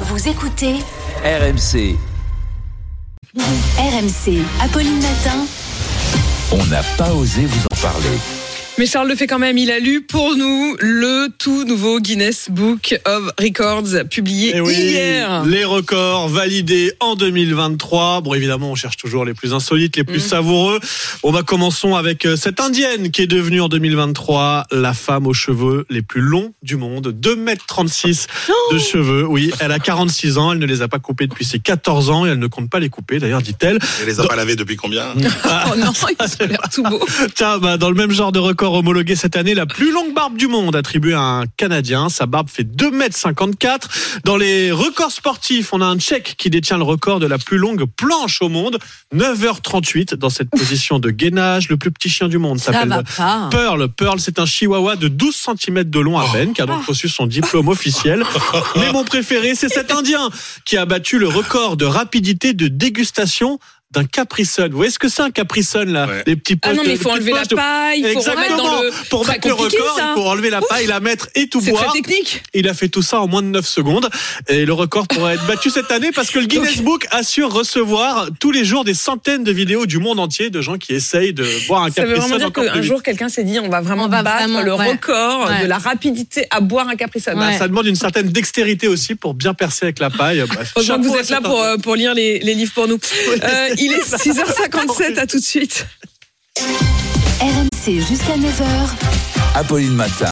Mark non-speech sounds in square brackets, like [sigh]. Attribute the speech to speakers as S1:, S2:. S1: Vous écoutez
S2: RMC,
S1: RMC. Apolline Matin.
S2: on n'a pas osé vous en parler.
S3: Mais Charles le fait quand même. Il a lu pour nous le tout nouveau Guinness Book of Records publié
S4: Eh oui,
S3: hier.
S4: [laughs] Les records validés en 2023. Bon, évidemment, on cherche toujours les plus insolites, les plus savoureux. Bon, bah, commençons avec euh, cette indienne qui est devenue en 2023 la femme aux cheveux les plus longs du monde. 2m36 de cheveux. Oui, elle a 46 ans. Elle ne les a pas coupés depuis ses 14 ans et elle ne compte pas les couper. D'ailleurs, dit-elle.
S5: Elle les a pas lavés depuis combien
S3: Oh non, il a l'air tout beau. Ah
S4: Tiens, bah, dans le même genre de record homologué cette année, la plus longue barbe du monde attribuée à un Canadien. Sa barbe fait 2m54. Dans les records sportifs, on a un Tchèque qui détient le record de la plus longue planche au monde. 9h38 dans cette position de gainage. Le plus petit chien du monde
S3: Ça va
S4: s'appelle
S3: pas.
S4: Pearl. Pearl, c'est un chihuahua de 12 cm de long à peine, qui a donc
S3: Oh.
S4: reçu son
S3: [laughs]
S4: diplôme officiel. Mais mon préféré, c'est cet Indien qui a battu le record de rapidité de dégustation d'un capricone. Vous voyez ce que c'est un capricone, là
S5: Ouais.
S4: Les petits
S3: Ah non,
S4: postes-
S3: mais il faut
S4: les
S3: enlever la
S4: petites poches de-
S3: paille, il faut remettre
S4: Exactement.
S3: dans le.
S4: Pour
S3: Très
S4: battre le
S3: compliqué,
S4: record,
S3: ça.
S4: il faut enlever la paille, la mettre et tout
S3: C'est très
S4: boire.
S3: technique.
S4: Il a fait tout ça en moins de 9 secondes. Et le record pourrait être battu cette année parce
S3: [laughs]
S4: que le Guinness Book assure recevoir tous les jours des centaines de vidéos du monde entier de gens qui essayent de boire un
S3: Ça veut
S4: café
S3: vraiment dire
S4: encore plus
S3: qu'un
S4: vite.
S3: jour, quelqu'un s'est dit on va vraiment
S6: On va
S3: battre
S6: vraiment,
S3: le
S6: ouais.
S3: record
S6: Ouais.
S3: de la rapidité à boire un Capri Sun.
S4: Bah,
S6: Ouais.
S4: Ça demande une certaine dextérité aussi pour bien percer avec
S3: [laughs]
S4: la paille. Bref,
S3: Heureusement que vous
S4: chapeau à
S3: êtes là
S4: cet
S3: pour, euh, pour lire les, les livres pour nous. Euh, il
S4: [laughs]
S3: est 6h57, à tout de suite.
S1: RMC jusqu'à 9h.
S2: Apolline Matin.